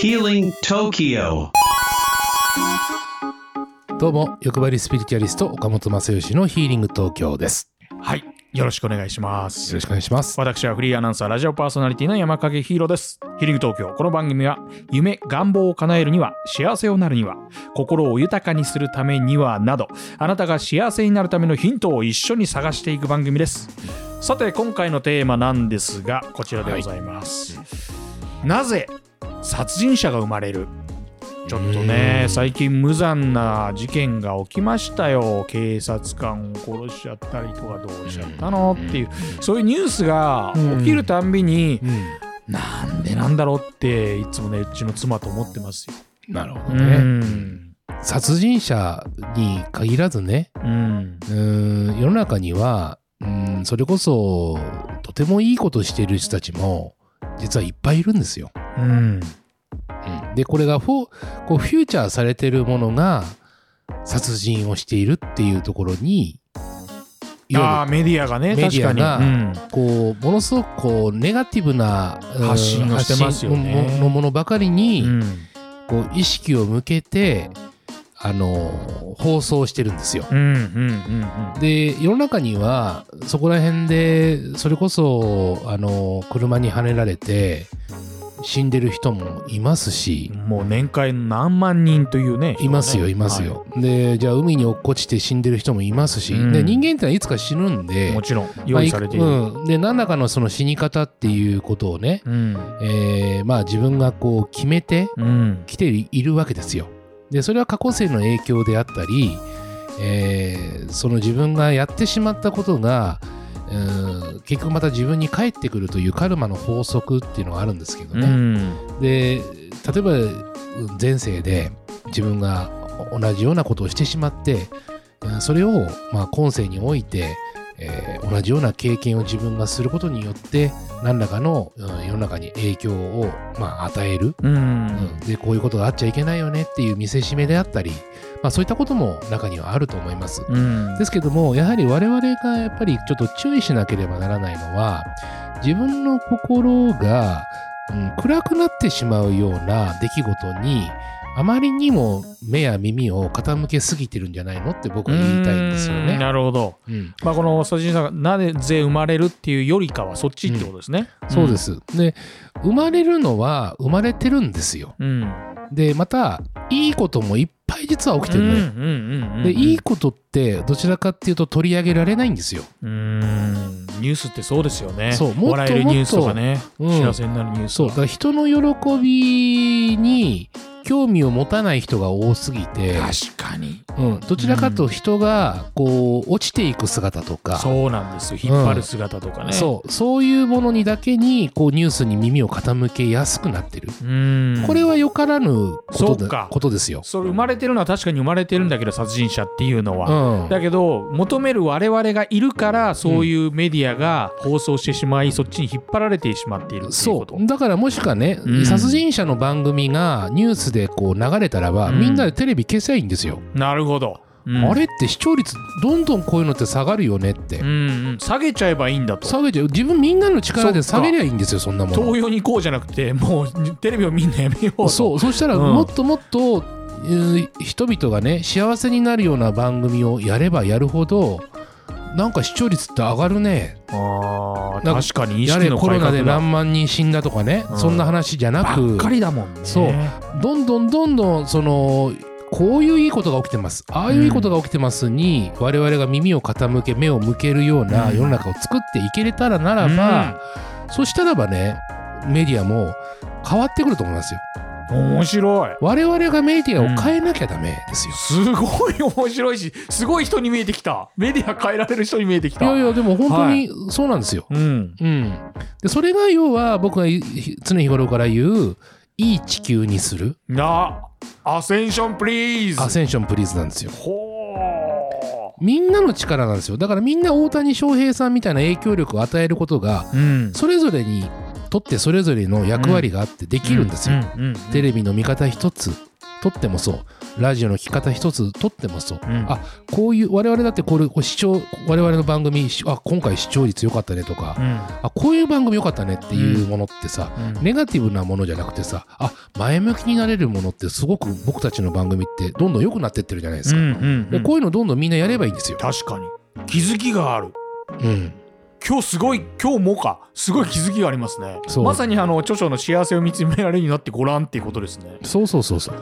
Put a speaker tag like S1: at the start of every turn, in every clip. S1: Healing Tokyo.
S2: どうも、欲張りスピリチュアリスト、岡本正義のヒーリング東京です。
S3: はい。よろしくお願いします。
S2: よろしくお願いします。
S3: 私はフリーアナウンサー、ラジオパーソナリティの山影ヒーローです。ヒーリング東京。この番組は、夢、願望を叶えるには、幸せをなるには、心を豊かにするためには、など、あなたが幸せになるためのヒントを一緒に探していく番組です。さて、今回のテーマなんですが、こちらでございます。なぜ、殺人者が生まれるちょっとね
S2: うん
S3: 最近無残な事件が起きましたよ警察官を殺しちゃったりとかどうしちゃったのっていうそういうニュースが起きるたんびに
S2: うん。
S3: なんでなんだろうっていつもねうちの妻と思ってますよ。
S2: なるほ
S3: う
S2: どね。
S3: ん
S2: 殺人者に限らずね、
S3: うん
S2: うーん、世の中には、うん、それこそ、とてもいいことしている人たちも、実はいっぱいいるんですよ。
S3: うん
S2: うん、で、これがフォー、こう、フューチャーされてるものが、殺人をしているっていうところに、い
S3: あ
S2: わ
S3: ーメディアがね
S2: メデ
S3: 確
S2: ィア
S3: かに、
S2: が
S3: うん
S2: ゆるこう、ものすごくこう、ネガティブな、うん
S3: 発信をしてますよね
S2: 発信のものばかりに、
S3: うん
S2: こう意識を向けて、あの放送してるんですよ。
S3: うんうんうん
S2: で世の中にはそこら辺でそれこそ、あの車にはねられて死んでる人もいますし
S3: うん、もう年間何万人というね人
S2: い
S3: がね
S2: ますよいますよ。でじゃあ海に落っこちて死んでる人もいますし、
S3: うん
S2: で人間ってのはいつか死ぬん
S3: はい
S2: で
S3: もちろん用意されている、
S2: まあいくうん、で何らかのその死に方っていうことをね、
S3: うん
S2: えーまあ、自分がこう決めて
S3: うん
S2: 来ているわけですよ。でそれは過去世の影響であったり、えーその自分がやってしまったことが、うーん結局また自分に返ってくるというカルマの法則っていうのがあるんですけど
S3: う
S2: ね。
S3: ん
S2: で例えばうん前世で自分がお同じようなことをしてしまってうんそれをまあ今世において、えー同じような経験を自分がすることによって何らかの、うん世の中に影響を、まあ、与える
S3: うん
S2: うんでこういうことがあっちゃいけないよねっていう見せしめであったり、まあ、そういったことも中にはあると思います。
S3: うん
S2: ですけどもやはり我々がやっぱりちょっと注意しなければならないのは自分の心が、うん暗くなってしまうような出来事にあまりにも目や耳を傾けすぎてるんじゃないのって僕は言いたいんですよ
S3: うん
S2: ね。
S3: なるほど。
S2: うん
S3: まあこの殺人者がなぜ生まれるっていうよりかはそっちってことですね。
S2: そうで。す。で生まれるのは生まれてるんですよ。
S3: うん。
S2: でまたいいこともいっぱい実は起きてるのよ。
S3: うんうんうんうん
S2: でいい。ことってどちらかっていうと取り上げられないんですよ。
S3: うん。ニュースってそうですよね。
S2: そうもっと
S3: 笑えるニュースとかね。
S2: うん
S3: 幸せになるニュース
S2: そうだ
S3: とか。
S2: から人の喜びに興味を持たない人が多すぎて、
S3: 確かに。
S2: うん、どちらかというと人がこう落ちていく姿とか、
S3: そうなんですよ。引っ張る姿とかね。
S2: そうそういうものにだけにこうニュースに耳を傾けやすくなってる。
S3: う。うん。
S2: これはよからぬこと
S3: そう
S2: で
S3: か
S2: ことですよ。
S3: それ生まれてるのは確かに生まれてるんだけど殺人者っていうのは。
S2: うん、
S3: だけど求める我々がいるからそういうメディアが放送してしまい、そっちに引っ張られてしまっているっていう
S2: そ
S3: こと
S2: うだからもしかね、
S3: うん
S2: 殺人者の番組がニュースでこう流れたらば、
S3: うん
S2: みんなでテレビ消せばいいんですよ。
S3: なるほど、うん
S2: あれって視聴率どんどんこういうのって下がるよねって、
S3: うんうん下げちゃえばいいんだと
S2: 下げちゃう自分みんなの力で
S3: そ
S2: 下
S3: っか
S2: げりゃいいんですよそんなもの
S3: 東洋に行こうじゃなくてもうテレビをみんなやめようと
S2: そうそしたら
S3: うん
S2: もっともっと、えー人々がね幸せになるような番組をやればやるほどなんか視聴率って上がるね
S3: あー
S2: なんか
S3: 確かに意
S2: や
S3: 識
S2: れ
S3: の
S2: コ
S3: 改
S2: ロナ
S3: 革
S2: で
S3: だ
S2: 何万人死んだとかね、
S3: うん
S2: そんな話じゃな
S3: ばっ
S2: く
S3: かりだもんね
S2: そうどんどんどんどんそのこういういいことが起きてますああいういいことが起きてますに、我々が耳を傾け目を向けるような世の中を作っていけれたらならば、そしたらばねメディアも変わってくると思いますよ
S3: 面白い
S2: 我々がメディアを変えなきゃダメですよ、
S3: すごい面白いしすごい人に見えてきたメディア変えられる人に見えてきた
S2: いやいやでも本当にそうなんですよ、
S3: うん
S2: うんでそれが要は僕がい常日頃から言ういい地球にする
S3: なアセンションプリー
S2: ア
S3: ズ
S2: センションプリーズなんですよ
S3: ほ
S2: みんなの力なんですよだからみんな大谷翔平さんみたいな影響力を与えることが
S3: ううん
S2: それぞれにとってそれぞれの役割があってできるんですよ、
S3: うんうんうん
S2: テレビの見方一つ撮ってもそうラジオの聞き方一つ撮ってもそう、
S3: うん
S2: あこういう我々だってこれこう視聴我々の番組しあ今回視聴率良かったねとか、あこういう番組良かったねっていうものってさ、
S3: うん
S2: ネガティブなものじゃなくてさあ前向きになれるものってすごく僕たちの番組ってどんどん良くなってってるじゃないです
S3: う
S2: か、
S3: んうんう
S2: で
S3: ん
S2: こういうのどんどんみんなやればいいんですよ、
S3: 確かに気づきがある
S2: うん、
S3: 今日すごい今日もかすごい気づきがありますね
S2: そう
S3: まさにあの著書の幸せを見つめられるようになってごらんっていうことですね
S2: そうそうそうそう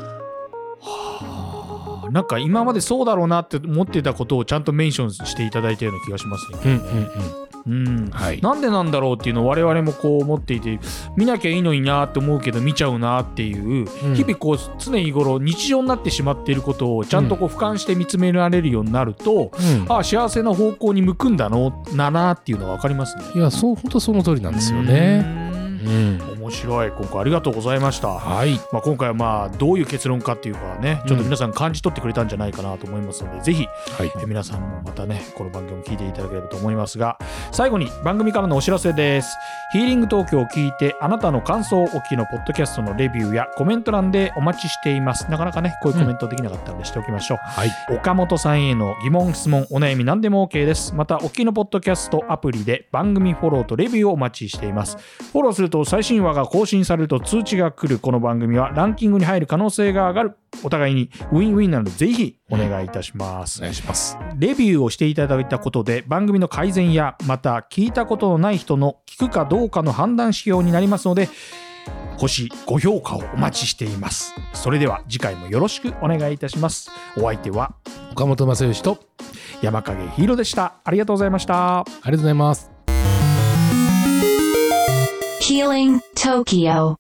S3: はあなんか今までそうだろうなって思ってたことをちゃんとメンションしていただいたような気がしますね
S2: うんうんうん
S3: うん
S2: はい
S3: なんでなんだろうっていうのを我々もこう思っていて見なきゃいいのになって思うけど見ちゃうなっていう、
S2: うん
S3: 日々こう常日頃日常になってしまっていることをちゃんとこう俯瞰して見つめられるようになると、
S2: うん
S3: ああ幸せな方向に向くんだのだなっていうのが分かりますね。
S2: いやそう本当その通りなんですよね
S3: うん
S2: うん
S3: 面白い今回ありがとうございました。
S2: はい
S3: まあ、今回はまあどういう結論かっていうかねちょっと皆さん感じ取ってくれたんじゃないかなと思いますので、ぜひ
S2: はい
S3: え皆さんもまたねこの番組を聞いていただければと思いますが最後に番組からのお知らせですヒーリング東京を聞いてあなたの感想をお聞きのポッドキャストのレビューやコメント欄でお待ちしていますなかなかねこういうコメントできなかったのでしておきましょう、
S2: はい
S3: 岡本さんへの疑問質問お悩み何でも OK ですまたお聞きのポッドキャストアプリで番組フォローとレビューをお待ちしていますフォローすると最新話が更新されると通知が来るこの番組はランキングに入る可能性が上がるお互いにウィンウィンなのでぜひお願いいたします
S2: お、願いします
S3: レビューをしていただいたことで番組の改善やまた聞いたことのない人の聞くかどうかの判断指標になりますので星5評価をお待ちしていますそれでは次回もよろしくお願いいたしますお相手は
S2: 岡本正義と
S3: 山影ヒーローでしたありがとうございました
S2: ありがとうございます
S4: Healing Tokyo.